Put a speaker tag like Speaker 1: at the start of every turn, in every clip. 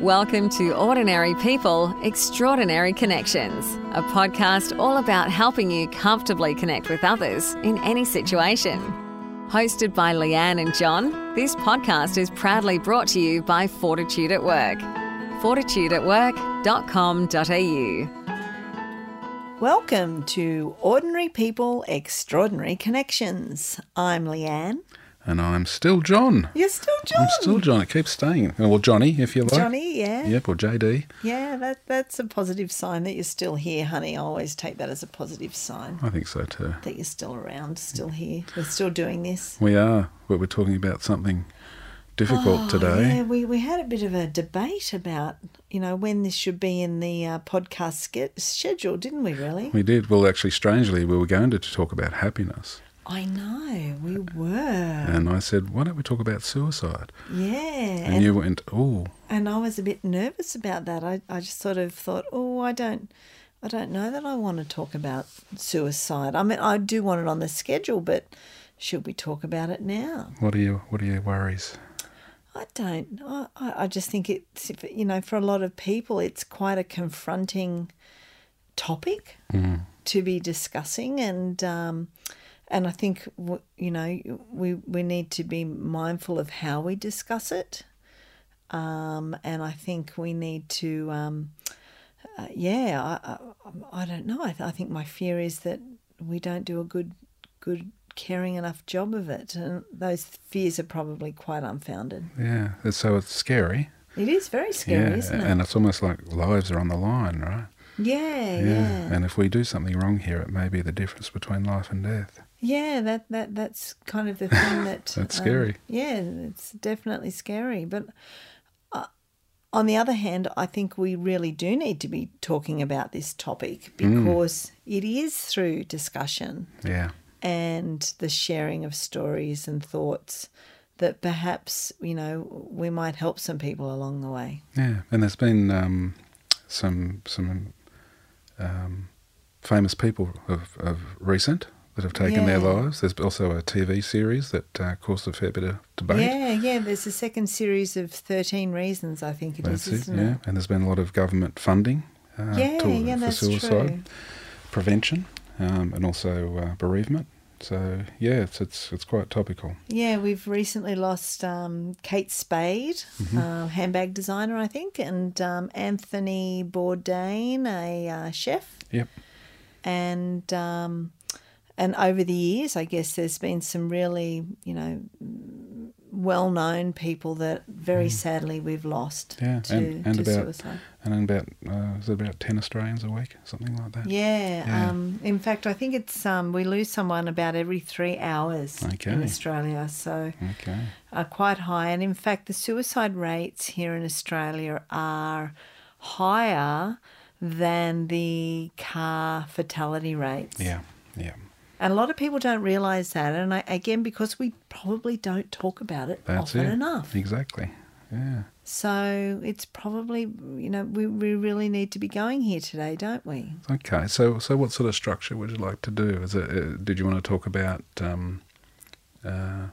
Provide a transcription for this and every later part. Speaker 1: Welcome to Ordinary People, Extraordinary Connections, a podcast all about helping you comfortably connect with others in any situation. Hosted by Leanne and John, this podcast is proudly brought to you by Fortitude at Work. fortitudeatwork.com.au.
Speaker 2: Welcome to Ordinary People Extraordinary Connections. I'm Leanne.
Speaker 3: And I'm still John.
Speaker 2: You're still John.
Speaker 3: I'm still John. It keeps staying. Well, Johnny, if you like.
Speaker 2: Johnny, yeah. Yeah,
Speaker 3: Yep, or JD.
Speaker 2: that, that's a positive sign that you're still here, honey. I always take that as a positive sign
Speaker 3: I think so too.
Speaker 2: that you're still around, still here. We're still doing this.
Speaker 3: We are, but we're talking about something difficult
Speaker 2: Oh, Yeah,
Speaker 3: today.
Speaker 2: we, we had a bit of a debate about, you know, when this should be in the uh, podcast ske- schedule, didn't we, really?
Speaker 3: We did. Well, actually, strangely, we were going to talk about happiness.
Speaker 2: I know, we were.
Speaker 3: And I said, why don't we talk about suicide?
Speaker 2: Yeah.
Speaker 3: And,
Speaker 2: and-
Speaker 3: you went, oh,
Speaker 2: and I was a bit nervous about that. I, I just sort of thought, oh, I don't, I don't know that I want to talk about suicide. I mean, I do want it on the schedule, but should we talk about it now?
Speaker 3: what are your what are your worries?
Speaker 2: I don't. I, I I just think it's, if- you know, for a lot of people, it's quite a confronting topic to be discussing, and um, and I think w- you know we we need to be mindful of how we discuss it, um, and I think we need to, um, uh, yeah, I, I I don't know. I, th- I think my fear is that we don't do a good good caring enough job of it, and those fears are probably quite unfounded.
Speaker 3: Yeah. and So it's scary.
Speaker 2: It is very scary,
Speaker 3: yeah.
Speaker 2: isn't it?
Speaker 3: And it's almost like lives are on the line, right?
Speaker 2: yeah, yeah,
Speaker 3: yeah.
Speaker 2: yeah,
Speaker 3: And if we do something wrong here, it may be the difference between life and death.
Speaker 2: That that that's kind of the thing that um,
Speaker 3: That's scary.
Speaker 2: Yeah, it's definitely scary. But uh, on the other hand, I think we really do need to be talking about this topic
Speaker 3: Mm.
Speaker 2: because it is through discussion
Speaker 3: Yeah.
Speaker 2: and the sharing of stories and thoughts that perhaps you know we might help some people along the way.
Speaker 3: Yeah, and there's been um, some some um, famous people of, of recent that have taken their
Speaker 2: Yeah.
Speaker 3: lives. There's also a TV series that uh, caused a fair bit of debate.
Speaker 2: Yeah, yeah. There's a second series of thirteen reasons. I think it
Speaker 3: That's
Speaker 2: is,
Speaker 3: it.
Speaker 2: isn't
Speaker 3: Yeah, and there's been a lot of government funding uh,
Speaker 2: Yeah,
Speaker 3: to-
Speaker 2: yeah,
Speaker 3: for
Speaker 2: that's
Speaker 3: suicide
Speaker 2: true.
Speaker 3: prevention um, and also uh, bereavement. So yeah, it's it's it's quite topical.
Speaker 2: Yeah, we've recently lost um, Kate Spade,
Speaker 3: Mm-hmm.
Speaker 2: uh, handbag designer, I think, and um, Anthony Bourdain, a uh, chef.
Speaker 3: Yep.
Speaker 2: And um, and over the years, I guess there's been some really, you know, well-known people that very sadly we've lost
Speaker 3: Mm. Yeah,
Speaker 2: to,
Speaker 3: and- and
Speaker 2: to
Speaker 3: about-
Speaker 2: suicide.
Speaker 3: And then about uh, is it about ten Australians a week, something like that?
Speaker 2: Yeah.
Speaker 3: Yeah.
Speaker 2: Um, in fact, I think it's um, we lose someone about every three hours in
Speaker 3: Okay.
Speaker 2: Australia. So
Speaker 3: Okay.
Speaker 2: are quite high. And in fact, the suicide rates here in Australia are higher than the car fatality rates.
Speaker 3: Yeah. Yeah.
Speaker 2: And a lot of people don't realise that. And I, again, because we probably don't talk about it
Speaker 3: That's
Speaker 2: often
Speaker 3: it.
Speaker 2: enough.
Speaker 3: Exactly. Yeah.
Speaker 2: So it's probably, you know, we, we really need to be going here today, don't we?
Speaker 3: Okay, so so what sort of structure would you like to do? Is it, uh, did you want to talk about um, uh,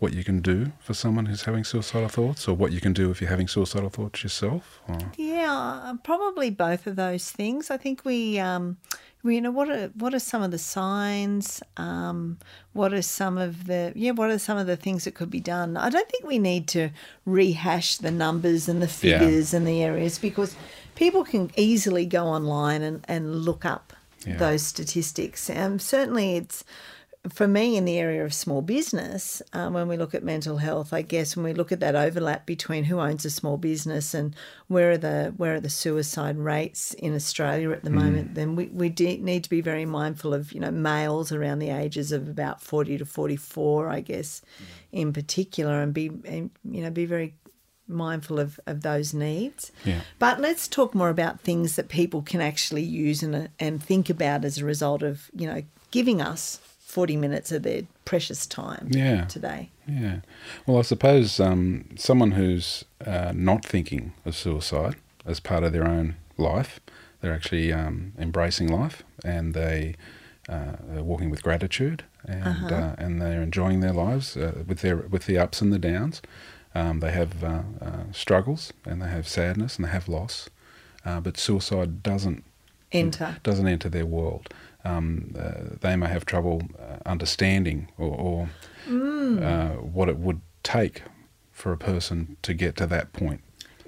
Speaker 3: what you can do for someone who's having suicidal thoughts, or what you can do if you're having suicidal thoughts yourself? Or,
Speaker 2: Yeah, uh, probably both of those things. I think we, um, we, you know, what are what are some of the signs? Um, what are some of the yeah? What are some of the things that could be done? I don't think we need to rehash the numbers and the
Speaker 3: Yeah.
Speaker 2: figures and the areas because people can easily go online and and look up
Speaker 3: Yeah.
Speaker 2: those statistics. Um, certainly, it's for me in the area of small business, um, when we look at mental health, I guess when we look at that overlap between who owns a small business and where are the where are the suicide rates in Australia at the moment, then we, we de- need to be very mindful of you know males around the ages of about forty to forty four, I guess, in particular, and be and, you know be very mindful of, of those needs.
Speaker 3: Yeah.
Speaker 2: But let's talk more about things that people can actually use and, and think about as a result of, you know, giving us 40 minutes of their precious time
Speaker 3: Yeah.
Speaker 2: today.
Speaker 3: yeah. Well, I suppose um, someone who's uh, not thinking of suicide as part of their own life, they're actually um, embracing life and they uh, are walking with gratitude and uh and they're enjoying their lives uh, with their with the ups and the downs. Um, they have uh, uh, struggles and they have sadness and they have loss, uh, but suicide doesn't
Speaker 2: Enter.
Speaker 3: doesn't enter their world. Um, uh, they may have trouble uh, understanding or, or uh, what it would take for a person to get to that point.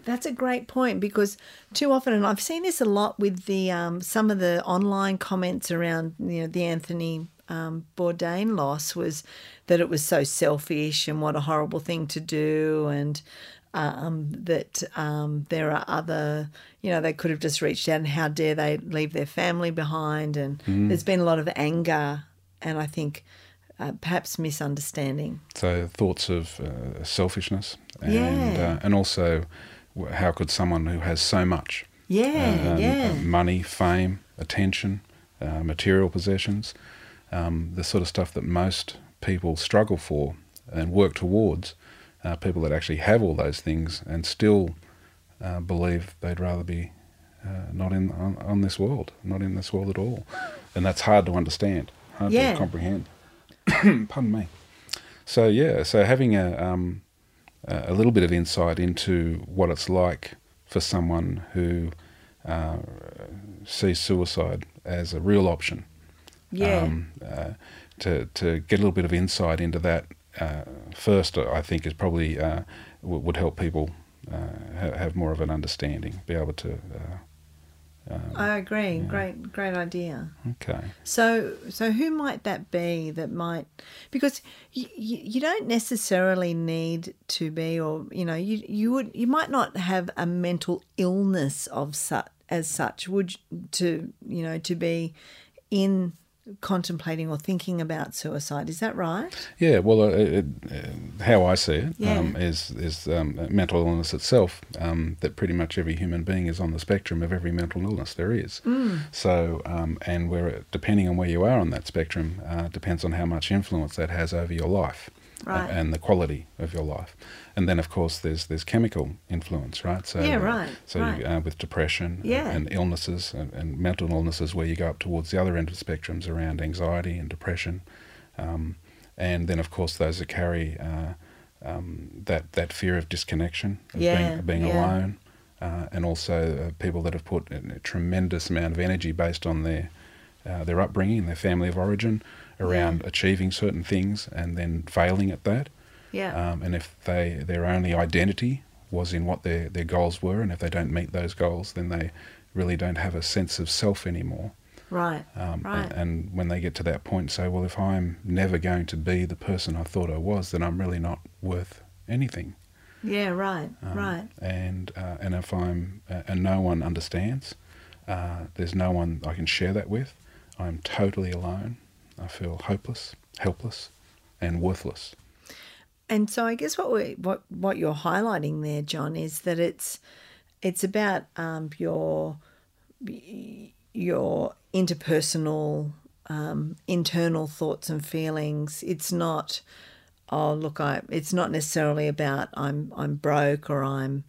Speaker 2: That's a great point because too often, and I've seen this a lot with the um, some of the online comments around you know the Anthony um, Bourdain loss was that it was so selfish and what a horrible thing to do, and um, that um, there are other you know they could have just reached out and how dare they leave their family behind, and
Speaker 3: Mm-hmm.
Speaker 2: there's been a lot of anger and I think uh, perhaps misunderstanding.
Speaker 3: So thoughts of uh, selfishness and
Speaker 2: Yeah.
Speaker 3: uh, and also w- how could someone who has so much
Speaker 2: Yeah,
Speaker 3: um,
Speaker 2: yeah.
Speaker 3: uh, money, fame, attention, uh, material possessions, um, the sort of stuff that most people struggle for and work towards. Uh, people that actually have all those things and still uh, believe they'd rather be uh, not in on, on this world, not in this world at all, and that's hard to understand, hard
Speaker 2: Yeah.
Speaker 3: to comprehend. Pardon me. So yeah, so having a um, a a little bit of insight into what it's like for someone who uh, sees suicide as a real option.
Speaker 2: yeah.
Speaker 3: Um, uh, to to get a little bit of insight into that uh, first, I think is probably uh, w- would help people uh, ha- have more of an understanding, be able to. Uh,
Speaker 2: I agree. Great, great idea.
Speaker 3: okay.
Speaker 2: So, so who might that be that might? Because you, you, you don't necessarily need to be, or you know, you you would you might not have a mental illness of such as such. Would you- to you know to be in contemplating or thinking about suicide? Is that right?
Speaker 3: Yeah, well, uh, it, uh, how I see it
Speaker 2: Yeah.
Speaker 3: um, is is um, mental illness itself. Um, that pretty much every human being is on the spectrum of every mental illness there is.
Speaker 2: Mm.
Speaker 3: So, um, and where depending on where you are on that spectrum uh, depends on how much influence that has over your life. a-
Speaker 2: Right.
Speaker 3: And the quality of your life, and then of course there's there's chemical influence, right? So
Speaker 2: Yeah,
Speaker 3: uh,
Speaker 2: right,
Speaker 3: So
Speaker 2: right.
Speaker 3: You, uh, with depression,
Speaker 2: Yeah.
Speaker 3: and illnesses and, and mental illnesses where you go up towards the other end of the spectrums around anxiety and depression. Um, and then, of course, those that carry uh, um, that, that fear of disconnection, of
Speaker 2: Yeah,
Speaker 3: being, of being
Speaker 2: yeah.
Speaker 3: alone, uh, and also uh, people that have put a tremendous amount of energy based on their, uh, their upbringing, their family of origin, around achieving certain things and then failing at that.
Speaker 2: Yeah.
Speaker 3: Um, and if they their only identity was in what their, their goals were, and if they don't meet those goals, then they really don't have a sense of self anymore.
Speaker 2: right.
Speaker 3: Um,
Speaker 2: right.
Speaker 3: and, and when they get to that point, say, well, if I'm never going to be the person I thought I was, then I'm really not worth anything.
Speaker 2: yeah. Right.
Speaker 3: Um,
Speaker 2: right.
Speaker 3: And uh, and if I'm uh, and no one understands, uh, there's no one I can share that with. I'm totally alone. I feel hopeless, helpless, and worthless.
Speaker 2: And so I guess what we what what you're highlighting there, John, is that it's it's about um, your your interpersonal um, internal thoughts and feelings. It's not oh look, I it's not necessarily about I'm I'm broke or I'm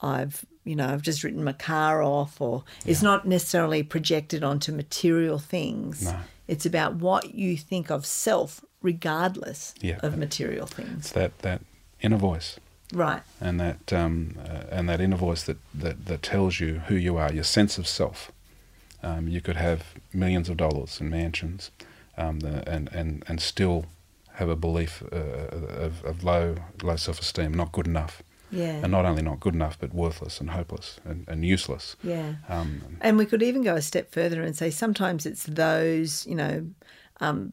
Speaker 2: I've you know I've just written my car off or it's not necessarily projected onto material things.
Speaker 3: No.
Speaker 2: It's about what you think of self regardless
Speaker 3: Yeah.
Speaker 2: of material things.
Speaker 3: It's that that inner voice.
Speaker 2: Right.
Speaker 3: and that um, uh, and that inner voice that, that, that tells you who you are, your sense of self. Um, you could have millions of dollars in mansions, um, the, and, and and still have a belief uh, of, of low low self esteem, not good enough,
Speaker 2: Yeah.
Speaker 3: and not only not good enough, but worthless and hopeless and, and useless.
Speaker 2: yeah.
Speaker 3: Um,
Speaker 2: And we could even go a step further and say sometimes it's those, you know, um,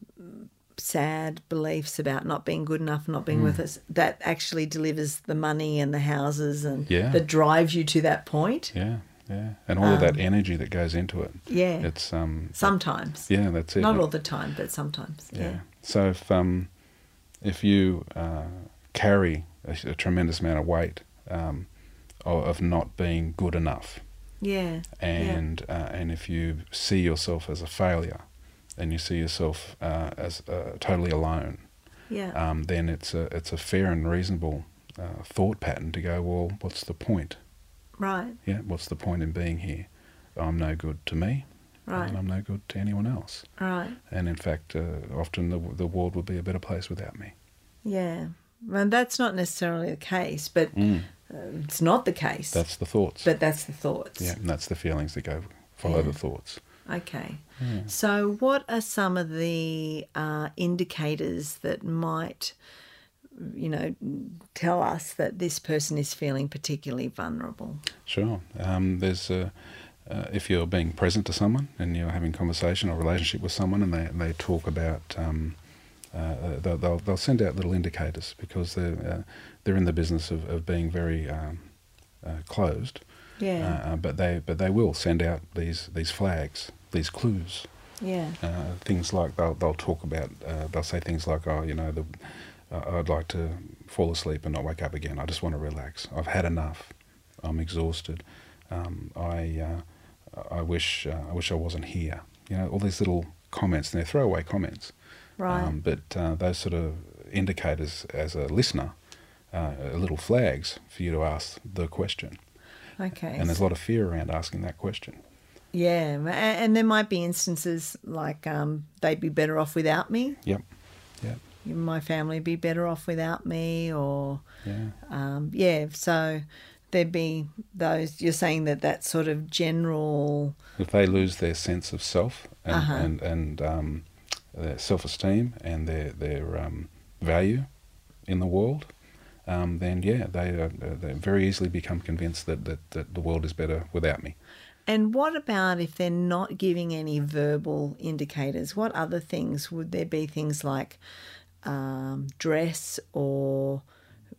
Speaker 2: sad beliefs about not being good enough, not being
Speaker 3: Mm.
Speaker 2: worth us, that actually delivers the money and the houses and
Speaker 3: Yeah.
Speaker 2: that drives you to that point.
Speaker 3: yeah, yeah, and all of that energy that goes into it.
Speaker 2: Ah. Yeah.
Speaker 3: It's um,
Speaker 2: Sometimes.
Speaker 3: yeah, that's it.
Speaker 2: Not all the time, but sometimes. Yeah.
Speaker 3: Yeah. So if um, if you uh, carry a, a tremendous amount of weight um, of, of not being good enough,
Speaker 2: Yeah.
Speaker 3: and uh, and if you see yourself as a failure, and you see yourself uh, as uh, totally alone,
Speaker 2: yeah. Yeah.
Speaker 3: um, then it's a it's a fair and reasonable uh, thought pattern to go. Well, what's the point?
Speaker 2: right.
Speaker 3: Yeah, what's the point in being here? I'm no good to me,
Speaker 2: Right.
Speaker 3: and I'm no good to anyone else.
Speaker 2: Right.
Speaker 3: And in fact, uh, often the the world would be a better place without me.
Speaker 2: Yeah. And that's not necessarily the case, but uh, it's not the case.
Speaker 3: Mm. That's the thoughts.
Speaker 2: but that's the thoughts.
Speaker 3: yeah, and that's the feelings that go follow the thoughts.
Speaker 2: Okay.
Speaker 3: Hmm.
Speaker 2: So, what are some of the uh, indicators that might, you know, tell us that this person is feeling particularly vulnerable?
Speaker 3: Sure. Um, there's uh uh, if you're being present to someone and you're having conversation or relationship with someone, and they they talk about. Um, uh, they'll, they'll, they'll send out little indicators because they're, uh, they're in the business of, of being very um, uh, closed.
Speaker 2: Yeah.
Speaker 3: Uh, uh, but, they, but they will send out these, these flags, these clues.
Speaker 2: Yeah.
Speaker 3: uh, things like they'll they'll talk about uh, they'll say things like oh you know the uh, I'd like to fall asleep and not wake up again I just want to relax I've had enough I'm exhausted um, I uh, I wish uh, I wish I wasn't here you know all these little comments and they're throwaway comments
Speaker 2: Right.
Speaker 3: um, but uh, those sort of indicators as a listener uh, are little flags for you to ask the question
Speaker 2: okay.
Speaker 3: uh, and there's a lot of fear around asking that question
Speaker 2: yeah. a- And there might be instances like um, they'd be better off without me.
Speaker 3: yep yep
Speaker 2: My family would be better off without me, or
Speaker 3: yeah
Speaker 2: um, yeah. So there'd be those. You're saying that that sort of general.
Speaker 3: if they lose their sense of self and
Speaker 2: Uh-huh.
Speaker 3: and, and um, their self esteem and their their um, value in the world, um, then yeah, they uh, they very easily become convinced that, that that the world is better without me.
Speaker 2: And what about if they're not giving any verbal indicators? What other things would there be? Things like um, dress, or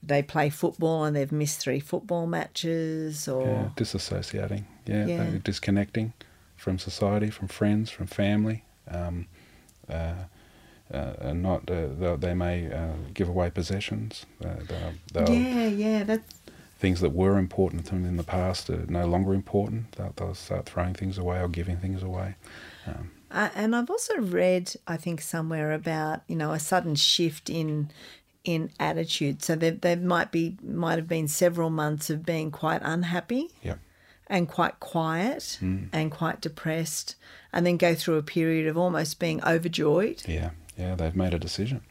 Speaker 2: they play football and they've missed three football matches,
Speaker 3: Yeah,
Speaker 2: or
Speaker 3: disassociating, yeah,
Speaker 2: Yeah.
Speaker 3: they- disconnecting from society, from friends, from family. Um, uh, uh, and not uh, they, they may uh, give away possessions. Uh, they'll, they'll
Speaker 2: yeah, yeah, that's
Speaker 3: things that were important to them in the past are no longer important. They'll, they'll start throwing things away or giving things away.
Speaker 2: Uh, and I've also read, I think, somewhere about you know a sudden shift in in attitude. So there, there might be might have been several months of being quite unhappy
Speaker 3: Yep.
Speaker 2: and quite quiet
Speaker 3: Mm.
Speaker 2: and quite depressed, and then go through a period of almost being overjoyed.
Speaker 3: Yeah. Yeah. They've made a decision.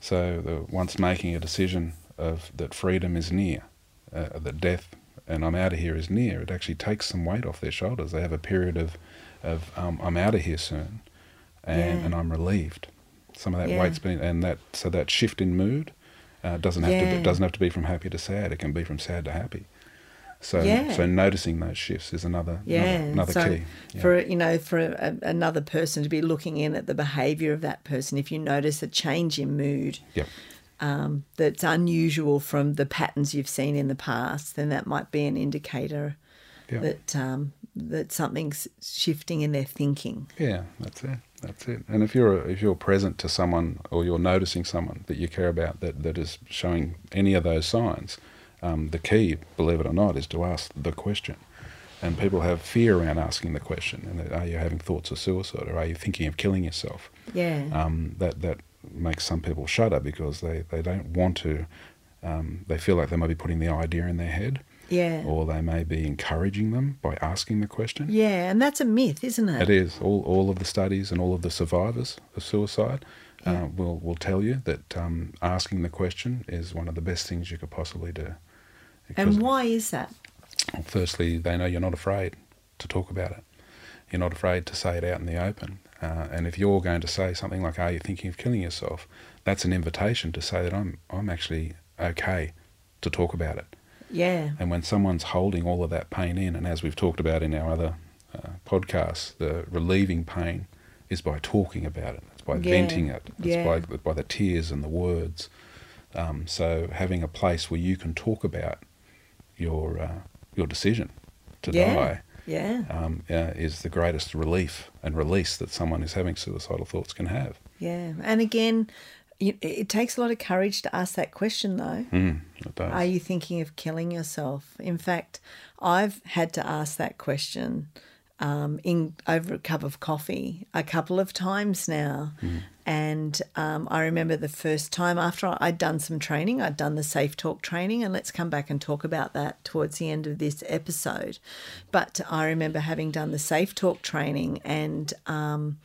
Speaker 3: So the, once making a decision of that freedom is near, uh, that death and I'm out of here is near, it actually takes some weight off their shoulders. They have a period of, of um, I'm out of here soon, and,
Speaker 2: Yeah.
Speaker 3: and I'm relieved. Some of that
Speaker 2: Yeah.
Speaker 3: weight's been and that so that shift in mood uh, doesn't have to
Speaker 2: Yeah.
Speaker 3: be, doesn't have to be from happy to sad. It can be from sad to happy. So
Speaker 2: Yeah.
Speaker 3: so noticing those shifts is another
Speaker 2: Yeah,
Speaker 3: another, another
Speaker 2: so
Speaker 3: key. Yeah.
Speaker 2: for you know for a, another person to be looking in at the behaviour of that person, if you notice a change in mood,
Speaker 3: Yep.
Speaker 2: um, that's unusual from the patterns you've seen in the past, then that might be an indicator
Speaker 3: Yep.
Speaker 2: that um, that something's shifting in their thinking.
Speaker 3: Yeah, that's it. That's it. And if you're if you're present to someone or you're noticing someone that you care about that, that is showing any of those signs, um, the key, believe it or not, is to ask the question. And people have fear around asking the question. And that, are you having thoughts of suicide or are you thinking of killing yourself?
Speaker 2: Yeah.
Speaker 3: Um, that that makes some people shudder because they, they don't want to. Um, they feel like they might be putting the idea in their head,
Speaker 2: yeah.
Speaker 3: or they may be encouraging them by asking the question.
Speaker 2: yeah, and that's a myth, isn't it?
Speaker 3: It is. All, all of the studies and all of the survivors of suicide uh, will, will tell you that um, asking the question is one of the best things you could possibly do. Because,
Speaker 2: And why is that?
Speaker 3: Firstly, they know you're not afraid to talk about it. You're not afraid to say it out in the open. Uh, and if you're going to say something like, Are you thinking of killing yourself? That's an invitation to say that I'm, I'm actually okay to talk about it.
Speaker 2: Yeah.
Speaker 3: And when someone's holding all of that pain in, and as we've talked about in our other uh, podcasts, the relieving pain is by talking about it. It's by
Speaker 2: Yeah.
Speaker 3: venting it. It's
Speaker 2: Yeah.
Speaker 3: by by the tears and the words. Um, so having a place where you can talk about your uh, your decision to
Speaker 2: yeah.
Speaker 3: die
Speaker 2: Yeah.
Speaker 3: um, uh, is the greatest relief and release that someone who's having suicidal thoughts can have.
Speaker 2: Yeah. And again, you, it takes a lot of courage to ask that question, though.
Speaker 3: Mm, it does.
Speaker 2: Are you thinking of killing yourself? In fact, I've had to ask that question um, in over a cup of coffee a couple of times now, and um, I remember the first time after I- I'd done some training, I'd done the Safe Talk training, and let's come back and talk about that towards the end of this episode. But I remember having done the Safe Talk training and. Um,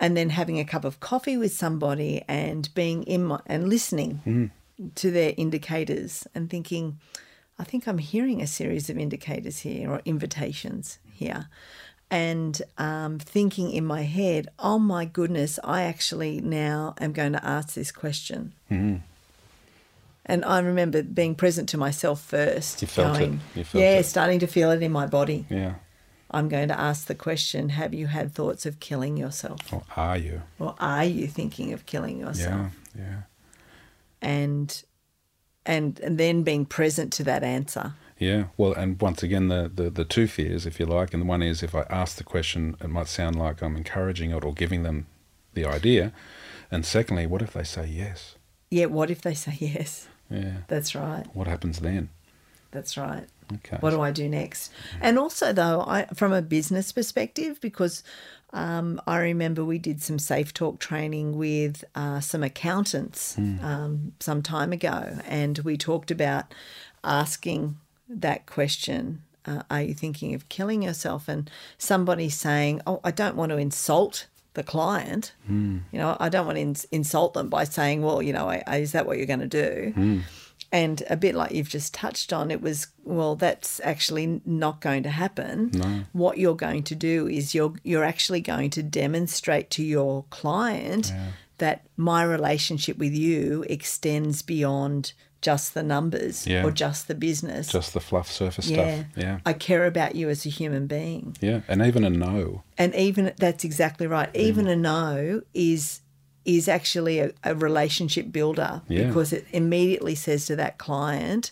Speaker 2: and then having a cup of coffee with somebody and being in my, and listening
Speaker 3: Mm.
Speaker 2: to their indicators and thinking, I think I'm hearing a series of indicators here or invitations here. And um, thinking in my head, oh my goodness, I actually now am going to ask this question.
Speaker 3: Mm-hmm.
Speaker 2: And I remember being present to myself first.
Speaker 3: You felt it.
Speaker 2: going,
Speaker 3: You felt
Speaker 2: yeah,
Speaker 3: it.
Speaker 2: starting to feel it in my body.
Speaker 3: Yeah.
Speaker 2: I'm going to ask the question Have you had thoughts of killing yourself?
Speaker 3: Or are you?
Speaker 2: Or are you thinking of killing yourself?
Speaker 3: Yeah. Yeah.
Speaker 2: and and and then being present to that answer.
Speaker 3: Yeah. Well, and once again, the, the, the two fears, if you like, and the one is if I ask the question, it might sound like I'm encouraging it or giving them the idea. And secondly, what if they say yes?
Speaker 2: Yeah, what if they say yes?
Speaker 3: Yeah.
Speaker 2: That's right.
Speaker 3: What happens then?
Speaker 2: That's right.
Speaker 3: Okay.
Speaker 2: What do I do next? And also, though, I from a business perspective, because um, I remember we did some safe talk training with uh, some accountants um, some time ago, and we talked about asking that question. Uh, are you thinking of killing yourself? And somebody saying, "Oh, I don't want to insult the client. You know, I don't want to ins- insult them by saying, well, you know, I, I, is that what you're going to do?'" And a bit like you've just touched on, it was well, that's actually not going to happen. What you're going to do is you're you're actually going to demonstrate to your client that my relationship with you extends beyond just the numbers
Speaker 3: Yeah.
Speaker 2: or just the business.
Speaker 3: Just the fluff surface
Speaker 2: yeah.
Speaker 3: stuff. Yeah.
Speaker 2: I care about you as a human being.
Speaker 3: Yeah. And even a no.
Speaker 2: And even that's exactly right.
Speaker 3: Mm.
Speaker 2: Even a no is is actually a, a relationship builder
Speaker 3: Yeah.
Speaker 2: because it immediately says to that client,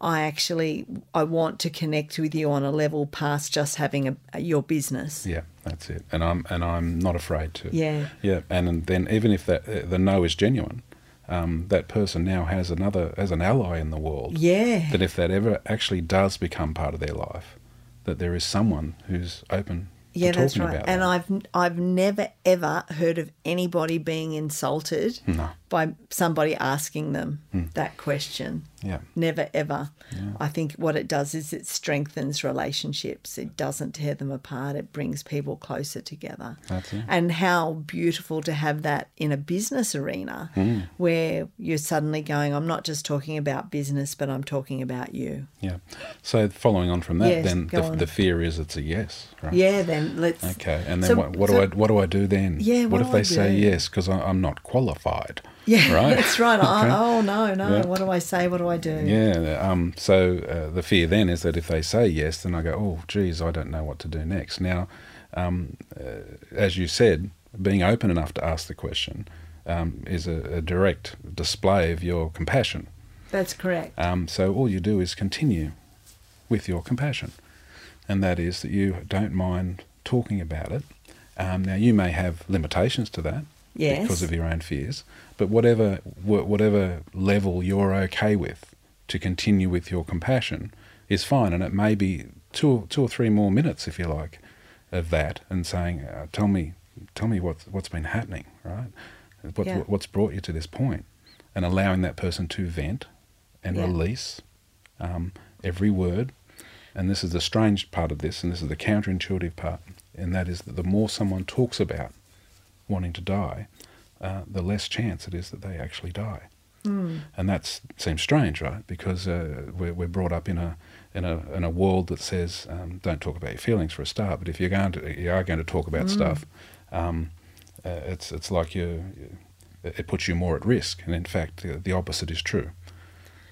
Speaker 2: I actually I want to connect with you on a level past just having a, your business.
Speaker 3: Yeah. That's it. And I'm and I'm not afraid to.
Speaker 2: Yeah.
Speaker 3: Yeah. And then even if that uh, the no is genuine, um, that person now has another as an ally in the world.
Speaker 2: Yeah.
Speaker 3: that if that ever actually does become part of their life, that there is someone who's open
Speaker 2: Yeah,
Speaker 3: to
Speaker 2: that's
Speaker 3: talking
Speaker 2: right.
Speaker 3: about
Speaker 2: and
Speaker 3: that.
Speaker 2: I've I've never ever heard of anybody being insulted
Speaker 3: No.
Speaker 2: by somebody asking them
Speaker 3: Hmm.
Speaker 2: that question.
Speaker 3: Yeah.
Speaker 2: Never ever. I think what it does is it strengthens relationships. It doesn't tear them apart. It brings people closer together.
Speaker 3: That's it.
Speaker 2: And how beautiful to have that in a business arena
Speaker 3: Hmm.
Speaker 2: where you're suddenly going, I'm not just talking about business, but I'm talking about you.
Speaker 3: Yeah. So following on from that,
Speaker 2: Yes,
Speaker 3: then
Speaker 2: go
Speaker 3: the,
Speaker 2: on.
Speaker 3: the fear is it's a yes, right?
Speaker 2: Yeah, then let's.
Speaker 3: Okay. And then
Speaker 2: So-
Speaker 3: what, what
Speaker 2: so-
Speaker 3: do I what do I do then?
Speaker 2: Yeah,
Speaker 3: What,
Speaker 2: what
Speaker 3: if
Speaker 2: do
Speaker 3: they
Speaker 2: I
Speaker 3: say
Speaker 2: do?
Speaker 3: yes because I'm not qualified?
Speaker 2: Yeah,
Speaker 3: Right.
Speaker 2: that's right.
Speaker 3: Okay.
Speaker 2: I, oh, no, no.
Speaker 3: Yeah.
Speaker 2: What do I say? What do I do?
Speaker 3: Yeah. Um, so uh, the fear then is that if they say yes, then I go, oh, geez, I don't know what to do next. Now, um, uh, as you said, being open enough to ask the question um, is a, a direct display of your compassion.
Speaker 2: That's correct.
Speaker 3: Um, so all you do is continue with your compassion, and that is that you don't mind talking about it. Um, now you may have limitations to that
Speaker 2: Yes.
Speaker 3: because of your own fears, but whatever wh- whatever level you're okay with to continue with your compassion is fine, and it may be two or, two or three more minutes if you like of that, and saying, uh, "Tell me, tell me what's what's been happening, right? What,
Speaker 2: Yeah.
Speaker 3: What's brought you to this point?" And allowing that person to vent and
Speaker 2: Yeah.
Speaker 3: release um, every word. And this is the strange part of this, and this is the counterintuitive part, and that is that the more someone talks about wanting to die, uh, the less chance it is that they actually die. And that seems strange, right? Because uh, we're, we're brought up in a in a in a world that says um, don't talk about your feelings for a start. But if you're going to you are going to talk about stuff, um, uh, it's it's like you it puts you more at risk. And in fact, the, the opposite is true.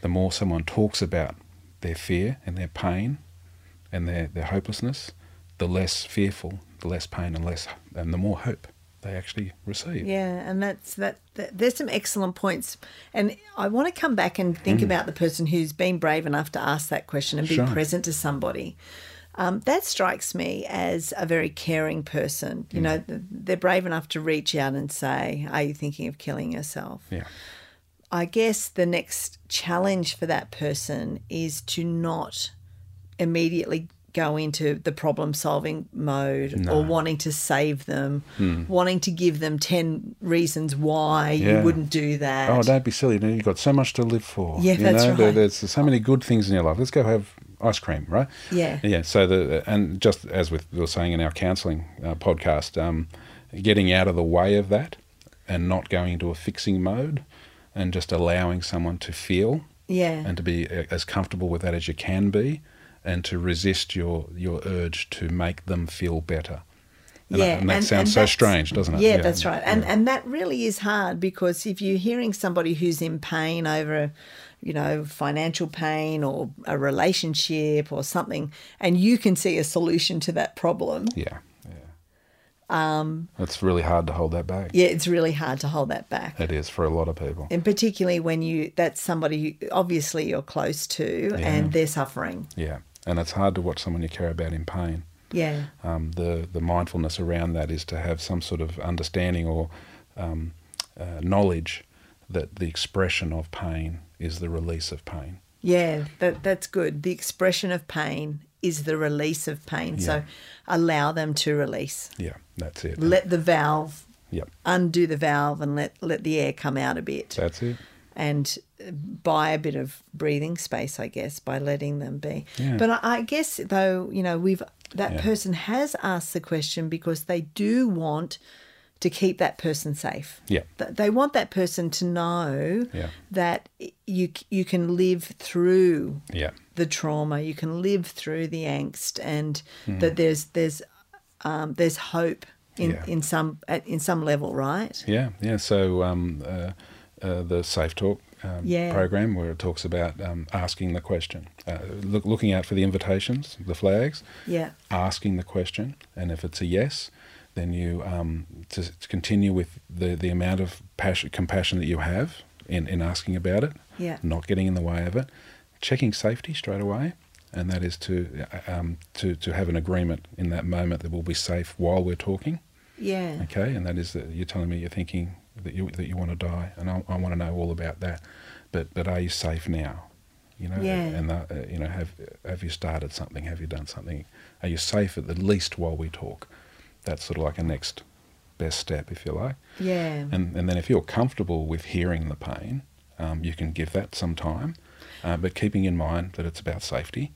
Speaker 3: The more someone talks about their fear and their pain and their, their hopelessness, the less fearful, the less pain, and less and the more hope they actually receive.
Speaker 2: Yeah, and that's that, that. There's some excellent points, and I want to come back and think about the person who's been brave enough to ask that question and be
Speaker 3: Sure.
Speaker 2: present to somebody. Um, that strikes me as a very caring person. You know, th- they're brave enough to reach out and say, "Are you thinking of killing yourself?"
Speaker 3: Yeah.
Speaker 2: I guess the next challenge for that person is to not immediately go into the problem solving mode or wanting to save them, wanting to give them 10 reasons why
Speaker 3: Hmm. Yeah.
Speaker 2: you wouldn't do that.
Speaker 3: Oh, don't be silly. No, You've got so much to live for.
Speaker 2: Yeah,
Speaker 3: you
Speaker 2: that's
Speaker 3: know? There-
Speaker 2: right.
Speaker 3: There's so many good things in your life. Let's go have ice cream, right?
Speaker 2: Yeah.
Speaker 3: Yeah. So the and just as with we were saying in our counselling uh, podcast, um, getting out of the way of that and not going into a fixing mode and just allowing someone to feel
Speaker 2: Yeah.
Speaker 3: and to be a- as comfortable with that as you can be and to resist your your urge to make them feel better and, that-
Speaker 2: yeah.
Speaker 3: and that sounds so
Speaker 2: that's-
Speaker 3: strange doesn't it
Speaker 2: Yeah, that's right. And and that really is hard because if you're hearing somebody who's in pain over, you know, financial pain or a relationship or something, and you can see a solution to that problem,
Speaker 3: yeah yeah um it's really hard to hold that back
Speaker 2: yeah, it's really hard to hold that back.
Speaker 3: it is for a lot of people
Speaker 2: And particularly when you that's somebody you, obviously you're close to and they're suffering.
Speaker 3: yeah and it's hard to watch someone you care about in pain
Speaker 2: Yeah.
Speaker 3: um, the the mindfulness around that is to have some sort of understanding or um, uh, knowledge that the expression of pain is the release of pain.
Speaker 2: Yeah, that that's good. The expression of pain is the release of pain. So
Speaker 3: Yeah.
Speaker 2: allow them to release.
Speaker 3: Yeah, that's it.
Speaker 2: Let the valve
Speaker 3: yep,
Speaker 2: undo the valve and let let the air come out a bit
Speaker 3: that's it.
Speaker 2: and buy a bit of breathing space, I guess, by letting them be.
Speaker 3: Yeah.
Speaker 2: But I, I guess though, you know, we've that
Speaker 3: Yeah.
Speaker 2: person has asked the question because they do want to keep that person safe.
Speaker 3: Yeah.
Speaker 2: Th- They want that person to know
Speaker 3: Yeah.
Speaker 2: that you c- you can live through
Speaker 3: Yeah,
Speaker 2: the trauma. You can live through the angst, and
Speaker 3: Hmm.
Speaker 2: that there's there's um, there's hope in,
Speaker 3: Yeah.
Speaker 2: in some at, in some level, right?
Speaker 3: yeah, yeah. So um, uh, uh, the Safe Talk um,
Speaker 2: Yeah.
Speaker 3: program, where it talks about um, asking the question, uh, look, looking out for the invitations, the flags,
Speaker 2: Yeah,
Speaker 3: asking the question, and if it's a yes, then you um, to, to continue with the, the amount of passion, compassion that you have in, in asking about it,
Speaker 2: Yeah.
Speaker 3: not getting in the way of it, checking safety straight away, and that is to uh, um, to to have an agreement in that moment that we'll be safe while we're talking.
Speaker 2: yeah,
Speaker 3: Okay, and that is that you're telling me you're thinking that you that you want to die, and I, I want to know all about that. But but are you safe now? You know,
Speaker 2: Yeah.
Speaker 3: and that, uh, you know, have have you started something? Have you done something? Are you safe at the least while we talk? That's sort of like a next best step, if you like.
Speaker 2: yeah.
Speaker 3: And and then if you're comfortable with hearing the pain, um, you can give that some time, uh, but keeping in mind that it's about safety,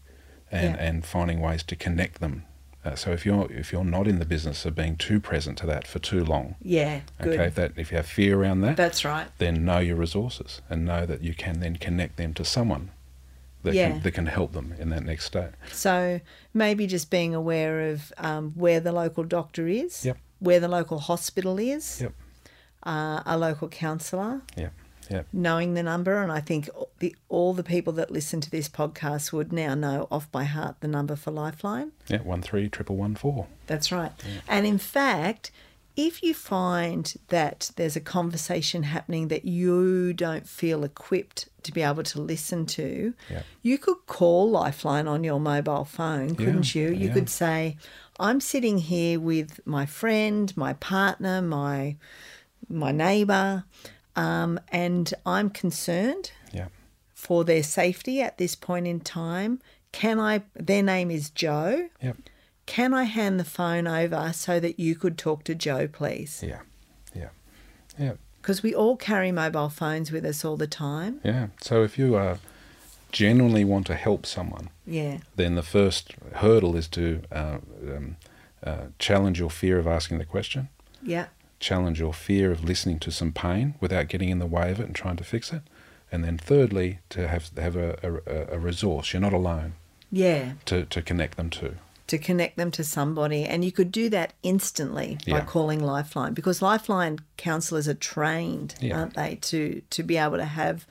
Speaker 3: and
Speaker 2: Yeah.
Speaker 3: and finding ways to connect them. Uh, so if you're if you're not in the business of being too present to that for too long,
Speaker 2: yeah, good.
Speaker 3: okay, if that if you have fear around that,
Speaker 2: That's right.
Speaker 3: then know your resources and know that you can then connect them to someone that
Speaker 2: Yeah.
Speaker 3: can, that can help them in that next state.
Speaker 2: So maybe just being aware of um, where the local doctor is,
Speaker 3: Yep.
Speaker 2: where the local hospital is,
Speaker 3: Yep.
Speaker 2: uh, a local counsellor,
Speaker 3: Yeah. Yeah.
Speaker 2: knowing the number. And I think the, all the people that listen to this podcast would now know off by heart the number for Lifeline.
Speaker 3: Yeah. One three triple one four.
Speaker 2: That's right. And in fact, if you find that there's a conversation happening that you don't feel equipped to be able to listen to,
Speaker 3: Yeah.
Speaker 2: you could call Lifeline on your mobile phone, couldn't you? You
Speaker 3: yeah.
Speaker 2: could say, I'm sitting here with my friend, my partner, my my neighbour, um, and I'm concerned
Speaker 3: Yeah.
Speaker 2: for their safety at this point in time. Can I their name is Joe
Speaker 3: Yep.
Speaker 2: can I hand the phone over so that you could talk to Joe, please?
Speaker 3: Yeah. Yeah. Yeah.
Speaker 2: Because we all carry mobile phones with us all the time.
Speaker 3: Yeah. So if you uh, genuinely want to help someone,
Speaker 2: Yeah,
Speaker 3: then the first hurdle is to uh, um, uh, challenge your fear of asking the question,
Speaker 2: yeah,
Speaker 3: challenge your fear of listening to some pain without getting in the way of it and trying to fix it, and then thirdly, to have have a, a, a resource. You're not alone
Speaker 2: yeah.
Speaker 3: to, to connect them to.
Speaker 2: To connect them to somebody. And you could do that instantly by
Speaker 3: Yeah.
Speaker 2: calling Lifeline because Lifeline counsellors are trained,
Speaker 3: Yeah.
Speaker 2: aren't they, to, to be able to have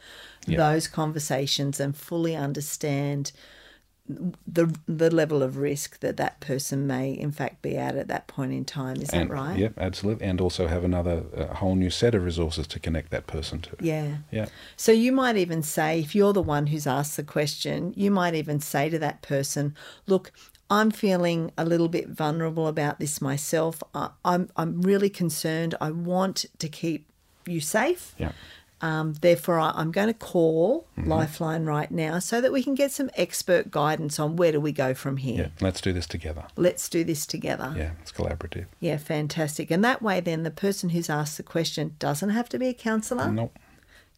Speaker 3: Yeah.
Speaker 2: those conversations and fully understand the, the level of risk that that person may, in fact, be at at that point in time. Is
Speaker 3: and,
Speaker 2: that right?
Speaker 3: Yep, absolutely. And also have another a whole new set of resources to connect that person to.
Speaker 2: Yeah.
Speaker 3: Yeah.
Speaker 2: So you might even say, if you're the one who's asked the question, you might even say to that person, look, I'm feeling a little bit vulnerable about this myself. I, I'm, I'm really concerned. I want to keep you safe.
Speaker 3: Yeah. Mm-hmm.
Speaker 2: Um, therefore, I, I'm going to call Lifeline right now so that we can get some expert guidance on where do we go from here.
Speaker 3: Yeah. Let's do this together.
Speaker 2: Let's do this together.
Speaker 3: Yeah. It's collaborative.
Speaker 2: Yeah, fantastic. And that way, then the person who's asked the question doesn't have to be a counsellor,
Speaker 3: Nope.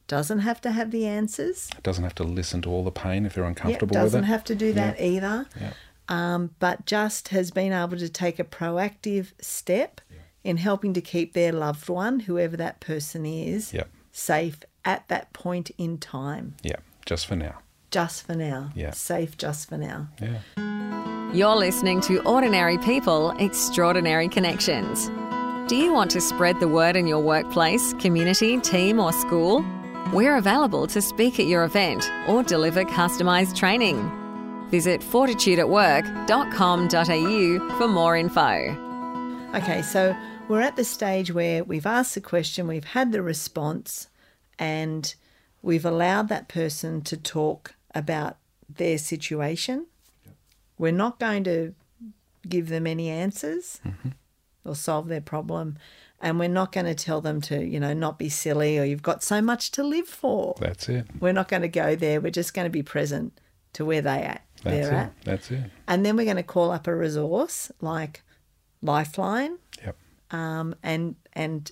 Speaker 2: doesn't have to have the answers.
Speaker 3: doesn't have to listen to all the pain if they're
Speaker 2: Yeah,
Speaker 3: uncomfortable with it.
Speaker 2: doesn't have to do that either.
Speaker 3: Yeah.
Speaker 2: Um, but just has been able to take a proactive step in helping to keep their loved one, whoever that person is,
Speaker 3: Yep.
Speaker 2: safe at that point in time,
Speaker 3: Yeah, just for now.
Speaker 2: just for now.
Speaker 3: Yeah.
Speaker 2: Safe just for now.
Speaker 3: Yeah.
Speaker 1: You're listening to Ordinary People, Extraordinary Connections. Do you want to spread the word in your workplace, community, team, or school? We're available to speak at your event or deliver customised training. Visit fortitudeatwork.com.au for more info.
Speaker 2: Okay, so we're at the stage where we've asked the question, we've had the response, and we've allowed that person to talk about their situation. We're not going to give them any answers
Speaker 3: Mm-hmm.
Speaker 2: or solve their problem. And we're not going to tell them to, you know, not be silly or you've got so much to live for.
Speaker 3: That's it.
Speaker 2: We're not going to go there. We're just going to be present to where they at,
Speaker 3: That's
Speaker 2: they're
Speaker 3: it.
Speaker 2: at.
Speaker 3: That's it.
Speaker 2: And then we're going to call up a resource like Lifeline
Speaker 3: Yep.
Speaker 2: um, and and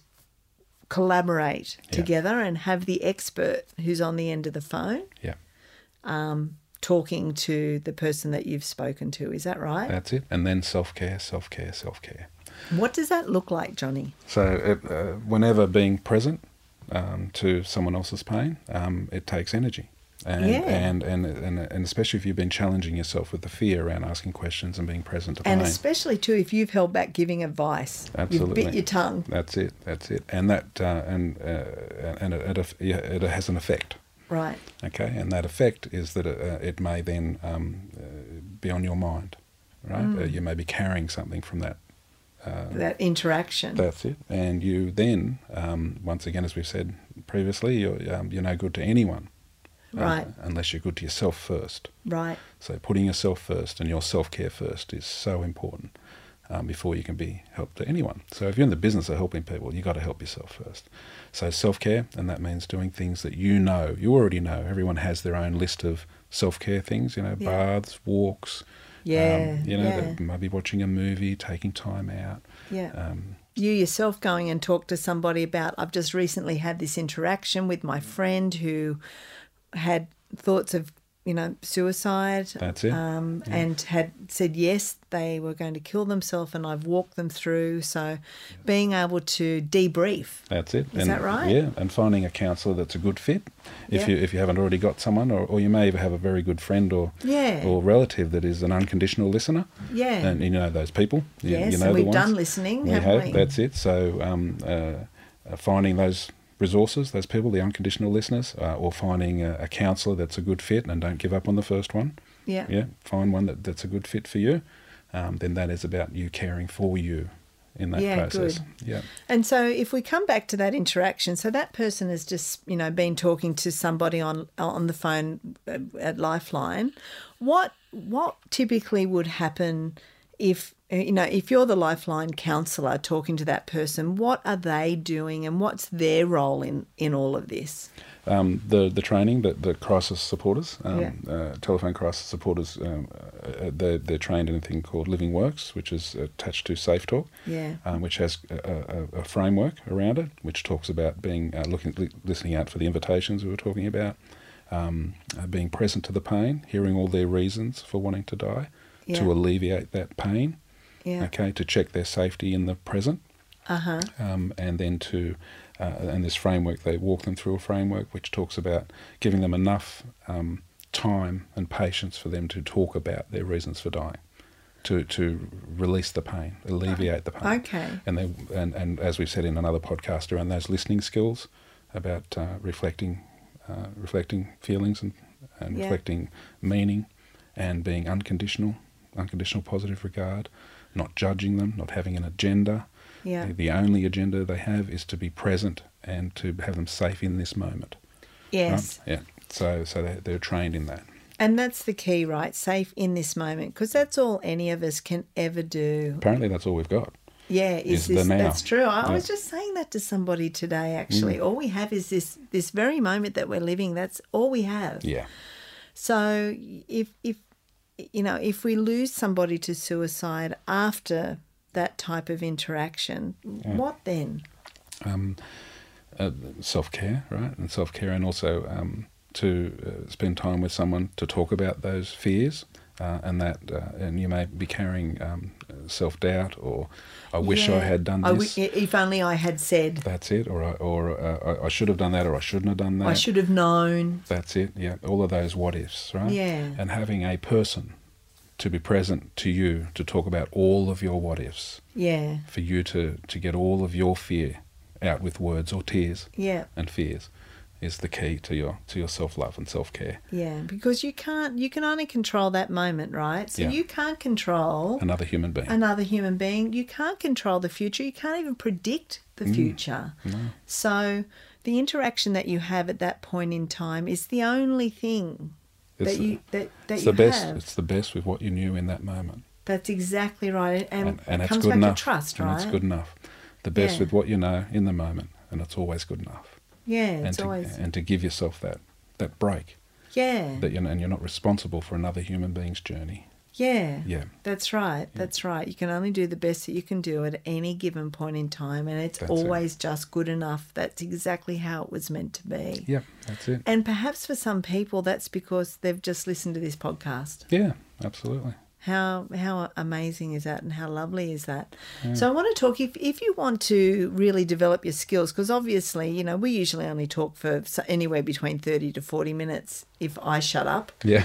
Speaker 2: collaborate together and have the expert who's on the end of the phone
Speaker 3: Yep.
Speaker 2: talking to the person that you've spoken to. Is that right?
Speaker 3: That's it. And then self care, self care, self care.
Speaker 2: What does that look like, Johnny?
Speaker 3: So, it, uh, whenever being present um, to someone else's pain, um, it takes energy. And,
Speaker 2: Yeah.
Speaker 3: and, and, and, and especially if you've been challenging yourself with the fear around asking questions and being present to
Speaker 2: And
Speaker 3: pain.
Speaker 2: especially too, if you've held back giving advice,
Speaker 3: Absolutely.
Speaker 2: you've bit your tongue.
Speaker 3: That's it. That's it. And that uh, and uh, and it, it, yeah, it has an effect.
Speaker 2: Right.
Speaker 3: Okay, and that effect is that it, uh, it may then um, uh, be on your mind, right? Uh, you may be carrying something from that. Um,
Speaker 2: That interaction.
Speaker 3: That's it. And you then, um, once again, as we've said previously, you're, um, you're no good to anyone. uh,
Speaker 2: Right.
Speaker 3: unless you're good to yourself first.
Speaker 2: Right.
Speaker 3: So putting yourself first and your self care first is so important um, before you can be help to anyone. So if you're in the business of helping people, you got to help yourself first. So self care, and that means doing things that you know, you already know. Everyone has their own list of self care things. You know,
Speaker 2: Yeah.
Speaker 3: baths, walks. um,
Speaker 2: Yeah,
Speaker 3: you know,
Speaker 2: yeah.
Speaker 3: that- maybe watching a movie, taking time out.
Speaker 2: Yeah.
Speaker 3: Um,
Speaker 2: you yourself going and talk to somebody about I've just recently had this interaction with my friend who had thoughts of you know suicide
Speaker 3: That's it.
Speaker 2: um, and had said yes they were going to kill themselves and I've walked them through so being able to debrief
Speaker 3: That's it.
Speaker 2: Is
Speaker 3: and,
Speaker 2: that right?
Speaker 3: Yeah, and finding a counsellor that's a good fit. If
Speaker 2: Yeah.
Speaker 3: you if you haven't already got someone, or, or you may even have a very good friend or
Speaker 2: Yeah.
Speaker 3: or relative that is an unconditional listener.
Speaker 2: Yeah.
Speaker 3: and you know those people. You,
Speaker 2: yes
Speaker 3: you know
Speaker 2: and
Speaker 3: the
Speaker 2: we've done
Speaker 3: ones.
Speaker 2: listening
Speaker 3: We
Speaker 2: haven't
Speaker 3: have.
Speaker 2: we
Speaker 3: That's it. So um, uh, uh, finding those resources, those people, the unconditional listeners, uh, or finding a, a counsellor that's a good fit, and don't give up on the first one.
Speaker 2: yeah
Speaker 3: Yeah, find one that, that's a good fit for you. Um, then that is about you caring for you in that
Speaker 2: Yeah,
Speaker 3: process.
Speaker 2: good.
Speaker 3: Yeah.
Speaker 2: And so if we come back to that interaction, so that person has just, you know, been talking to somebody on on the phone at- at Lifeline. What what typically would happen if uh, you know, if you're the Lifeline counselor talking to that person, what are they doing and what's their role in in all of this?
Speaker 3: um, the the training that the crisis supporters, um,
Speaker 2: Yeah.
Speaker 3: uh, telephone crisis supporters, um, uh, uh, they're, they're trained in a thing called Living Works, which is attached to Safe Talk,
Speaker 2: Yeah.
Speaker 3: um, which has a, a, a framework around it, which talks about being uh, looking li- listening out for the invitations we were talking about, um, uh, being present to the pain, hearing all their reasons for wanting to die,
Speaker 2: Yeah.
Speaker 3: to alleviate that pain,
Speaker 2: Yeah.
Speaker 3: okay, to check their safety in the present
Speaker 2: Uh-huh.
Speaker 3: um, and then to uh, and this framework they walk them through a framework which talks about giving them enough um, time and patience for them to talk about their reasons for dying to to release the pain alleviate the pain
Speaker 2: Okay.
Speaker 3: and they and, and as we've said in another podcast around those listening skills about uh, reflecting uh, reflecting feelings and and
Speaker 2: Yeah.
Speaker 3: reflecting meaning and being unconditional unconditional positive regard not judging them not having an agenda
Speaker 2: Yeah.
Speaker 3: the, the only agenda they have is to be present and to have them safe in this moment. right?
Speaker 2: Yes.
Speaker 3: Yeah. So, so they, they're trained in that.
Speaker 2: And that's the key, right? Safe in this moment because that's all any of us can ever do.
Speaker 3: Apparently, that's all we've got.
Speaker 2: Yeah, is,
Speaker 3: is the
Speaker 2: this
Speaker 3: now.
Speaker 2: that's true. I, I
Speaker 3: Yeah. Mm.
Speaker 2: was just saying that to somebody today actually. All we have is this this very moment that we're living. That's all we have.
Speaker 3: Yeah.
Speaker 2: So if if you know, if we lose somebody to suicide after that type of interaction,
Speaker 3: Mm.
Speaker 2: what then?
Speaker 3: Self care, Um, uh, right? And self care, and also um, to uh, spend time with someone to talk about those fears uh, and that uh, and you may be carrying um, self doubt or I wish I had done
Speaker 2: I
Speaker 3: this.
Speaker 2: wi- if only I had said,
Speaker 3: That's it, or I, or uh, I, I should have done that, or I shouldn't have done that.
Speaker 2: I should have known.
Speaker 3: That's it. Yeah, all of those what ifs, right?
Speaker 2: Yeah.
Speaker 3: And having a person to be present to you to talk about all of your what ifs,
Speaker 2: Yeah,
Speaker 3: for you to to get all of your fear out with words or tears
Speaker 2: yeah,
Speaker 3: and fears, is the key to your to your self love and self care.
Speaker 2: yeah. Because you can't, you can only control that moment, right? So
Speaker 3: Yeah.
Speaker 2: you can't control
Speaker 3: Another human being.
Speaker 2: another human being. You can't control the future. You can't even predict the
Speaker 3: Mm.
Speaker 2: future. So the interaction that you have at that point in time is the only thing
Speaker 3: It's
Speaker 2: that
Speaker 3: the-
Speaker 2: you that, that
Speaker 3: it's
Speaker 2: you
Speaker 3: the best.
Speaker 2: have.
Speaker 3: It's the best with what you knew in that moment,
Speaker 2: That's exactly right. And,
Speaker 3: and, and
Speaker 2: it
Speaker 3: it's
Speaker 2: comes
Speaker 3: good
Speaker 2: back
Speaker 3: enough.
Speaker 2: to trust,
Speaker 3: And
Speaker 2: right?
Speaker 3: it's good enough. The best
Speaker 2: Yeah.
Speaker 3: with what you know in the moment, and it's always good enough.
Speaker 2: Yeah,
Speaker 3: and
Speaker 2: it's
Speaker 3: to,
Speaker 2: always
Speaker 3: and to give yourself that that break
Speaker 2: yeah,
Speaker 3: that you're, and you're not responsible for another human being's journey.
Speaker 2: yeah,
Speaker 3: Yeah.
Speaker 2: That's right. That's right. You can only do the best that you can do at any given point in time, and it's
Speaker 3: That's it.
Speaker 2: always just good enough. That's exactly how it was meant to be.
Speaker 3: Yeah, that's it.
Speaker 2: And perhaps for some people, that's because they've just listened to this podcast.
Speaker 3: Yeah, absolutely.
Speaker 2: How how amazing is that, and how lovely is that? So I want to talk if if you want to really develop your skills, because obviously you know we usually only talk for so- anywhere between thirty to forty minutes. If I shut up,
Speaker 3: Yeah,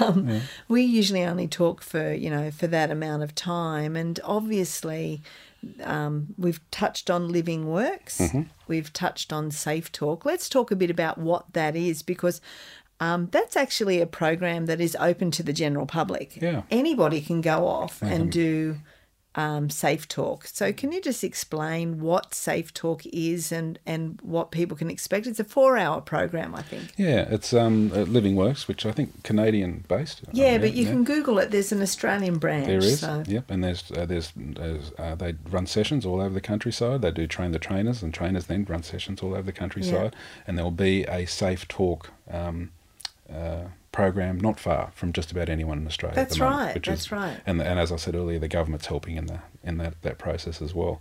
Speaker 2: um, we usually only talk for you know for that amount of time and obviously um, we've touched on living works
Speaker 3: Mm-hmm.
Speaker 2: we've touched on safe talk let's talk a bit about what that is because um, that's actually a program that is open to the general public
Speaker 3: Yeah. Mm-hmm.
Speaker 2: anybody can go off and do um, safe talk so can you just explain what safe talk is and and what people can expect it's a four hour program i think
Speaker 3: yeah. It's um, uh, Living Works, which I think Canadian based.
Speaker 2: yeah, but you can Google it. There's an Australian branch.
Speaker 3: There is,
Speaker 2: So.
Speaker 3: yep, and there's uh, there's, there's uh, they run sessions all over the countryside. They do train the trainers, and trainers then run sessions all over the countryside. And there will be a safe talk um, uh, program not far from just about anyone in Australia. at
Speaker 2: That's
Speaker 3: the moment,
Speaker 2: right, that's right.
Speaker 3: And and as I said earlier, the government's helping in the in that, that process as well.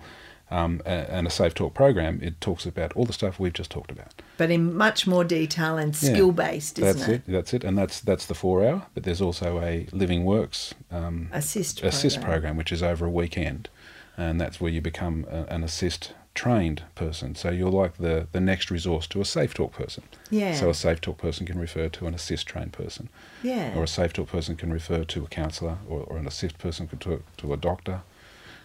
Speaker 3: Um, a- and a safe talk program it talks about all the stuff we've just talked about.
Speaker 2: But in much more detail and
Speaker 3: Yeah.
Speaker 2: skill based, isn't
Speaker 3: that's it? That's it. And that's that's the four hour. But there's also a Living Works um,
Speaker 2: Assist.
Speaker 3: assist program.
Speaker 2: program.
Speaker 3: which is over a weekend, and that's where you become a, an assist trained person. So you're like the the next resource to a safe talk person.
Speaker 2: Yeah.
Speaker 3: So a safe talk person can refer to an assist trained person,
Speaker 2: Yeah.
Speaker 3: or a safe talk person can refer to a counsellor, or, or an assist person could talk to a doctor.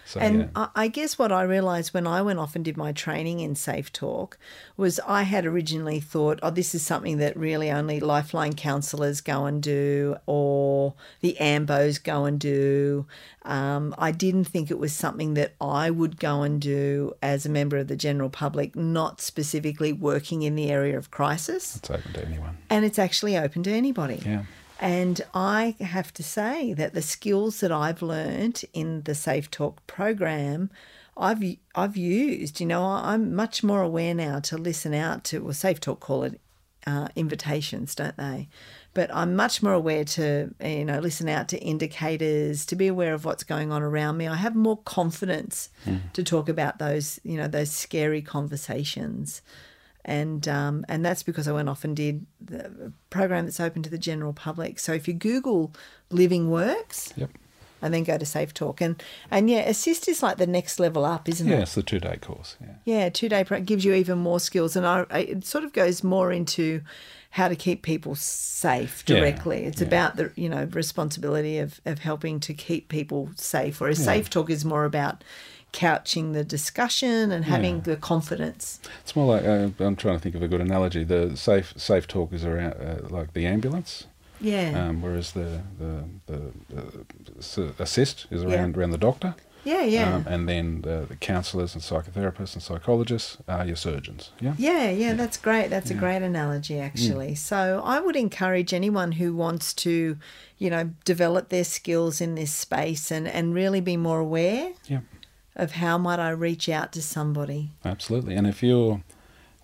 Speaker 3: So
Speaker 2: and
Speaker 3: yeah.
Speaker 2: I, I guess what I realized when I went off and did my training in Safe Talk was I had originally thought, oh, this is something that really only Lifeline counselors go and do, or the AMBOs go and do. Um, I didn't think it was something that I would go and do as a member of the general public, not specifically working in the area of crisis.
Speaker 3: it's open to anyone.
Speaker 2: and it's actually open to anybody.
Speaker 3: Yeah.
Speaker 2: And I have to say that the skills that I've learnt in the Safe Talk program, I've I've used. You know, I- I'm much more aware now to listen out to. Well, Safe Talk call it uh, invitations, don't they? But I'm much more aware to you know listen out to indicators, to be aware of what's going on around me. I have more confidence to talk about those you know those scary conversations and um, and that's because I went off and did the program that's open to the general public. So if you Google Living Works
Speaker 3: Yep.
Speaker 2: and then go to Safe Talk and and yeah, Assist is like the next level up, isn't
Speaker 3: Yeah,
Speaker 2: it?
Speaker 3: it's the two day course. Yeah.
Speaker 2: Yeah, two day program gives you even more skills, and I, I- it sort of goes more into how to keep people safe
Speaker 3: Yeah,
Speaker 2: directly. It's
Speaker 3: yeah.
Speaker 2: about the you know responsibility of of helping to keep people safe, whereas Safe Talk is more about couching the discussion and having the confidence.
Speaker 3: It's more like uh, I'm trying to think of a good analogy. The safe safe talk is around uh, like the ambulance.
Speaker 2: Yeah,
Speaker 3: Um, whereas the the, the, the s- assist is
Speaker 2: Yeah.
Speaker 3: around around the doctor.
Speaker 2: yeah, yeah.
Speaker 3: Um, and then the, the counsellors and psychotherapists and psychologists are your surgeons. Yeah.
Speaker 2: Yeah, yeah, that's great. That's a great analogy, actually. So I would encourage anyone who wants to, you know, develop their skills in this space and, and really be more aware
Speaker 3: Yeah.
Speaker 2: of how might I reach out to somebody.
Speaker 3: Absolutely. And if you're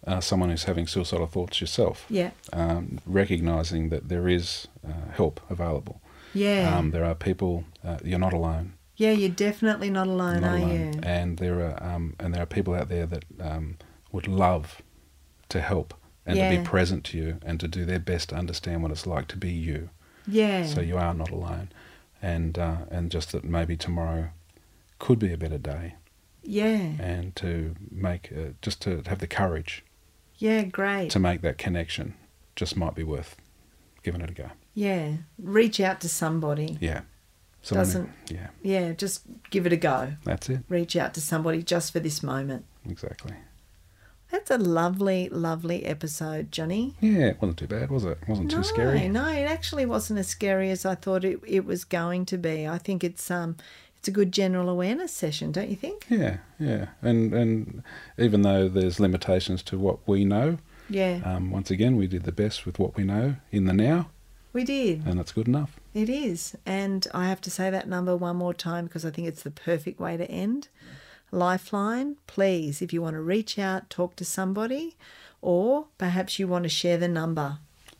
Speaker 3: uh, someone who's having suicidal thoughts yourself,
Speaker 2: Yeah,
Speaker 3: um, recognizing that there is uh, help available.
Speaker 2: yeah,
Speaker 3: Um, there are people. Uh, you're not alone.
Speaker 2: yeah. You're definitely not alone,
Speaker 3: not
Speaker 2: are
Speaker 3: alone.
Speaker 2: you?
Speaker 3: And there are um, and there are people out there that um, would love to help and to
Speaker 2: Yeah.
Speaker 3: be present to you and to do their best to understand what it's like to be you.
Speaker 2: Yeah.
Speaker 3: So you are not alone, and uh, and just that maybe tomorrow could be a better day,
Speaker 2: yeah.
Speaker 3: and to make uh, just to have the courage
Speaker 2: Yeah. Great.
Speaker 3: to make that connection just might be worth giving it a go.
Speaker 2: yeah. Reach out to somebody.
Speaker 3: Yeah. Someone who-
Speaker 2: Doesn't-
Speaker 3: yeah,
Speaker 2: Yeah. Just give it a go.
Speaker 3: that's it
Speaker 2: Reach out to somebody just for this moment.
Speaker 3: exactly.
Speaker 2: That's a lovely, lovely episode, Johnny.
Speaker 3: Yeah, it wasn't too bad, was it? Wasn't too scary.
Speaker 2: No, it actually wasn't as scary as I thought it, it was going to be. I think it's um it's a good general awareness session, don't you think?
Speaker 3: Yeah, yeah, and and even though there's limitations to what we know,
Speaker 2: Yeah.
Speaker 3: um, once again we did the best with what we know in the now,
Speaker 2: we did.
Speaker 3: and that's good enough.
Speaker 2: It is. And I have to say that number one more time because I think it's the perfect way to end. Lifeline, please, if you want to reach out, talk to somebody, or perhaps you want to share the number.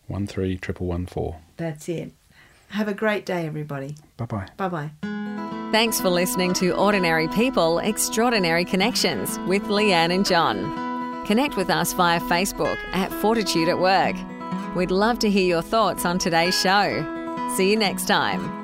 Speaker 3: One three triple one four.
Speaker 2: That's it. Have a great day, everybody.
Speaker 3: Bye bye.
Speaker 2: Bye bye.
Speaker 1: Thanks for listening to Ordinary People, Extraordinary Connections with Leanne and John. Connect with us via Facebook at Fortitude at Work. We'd love to hear your thoughts on today's show. See you next time.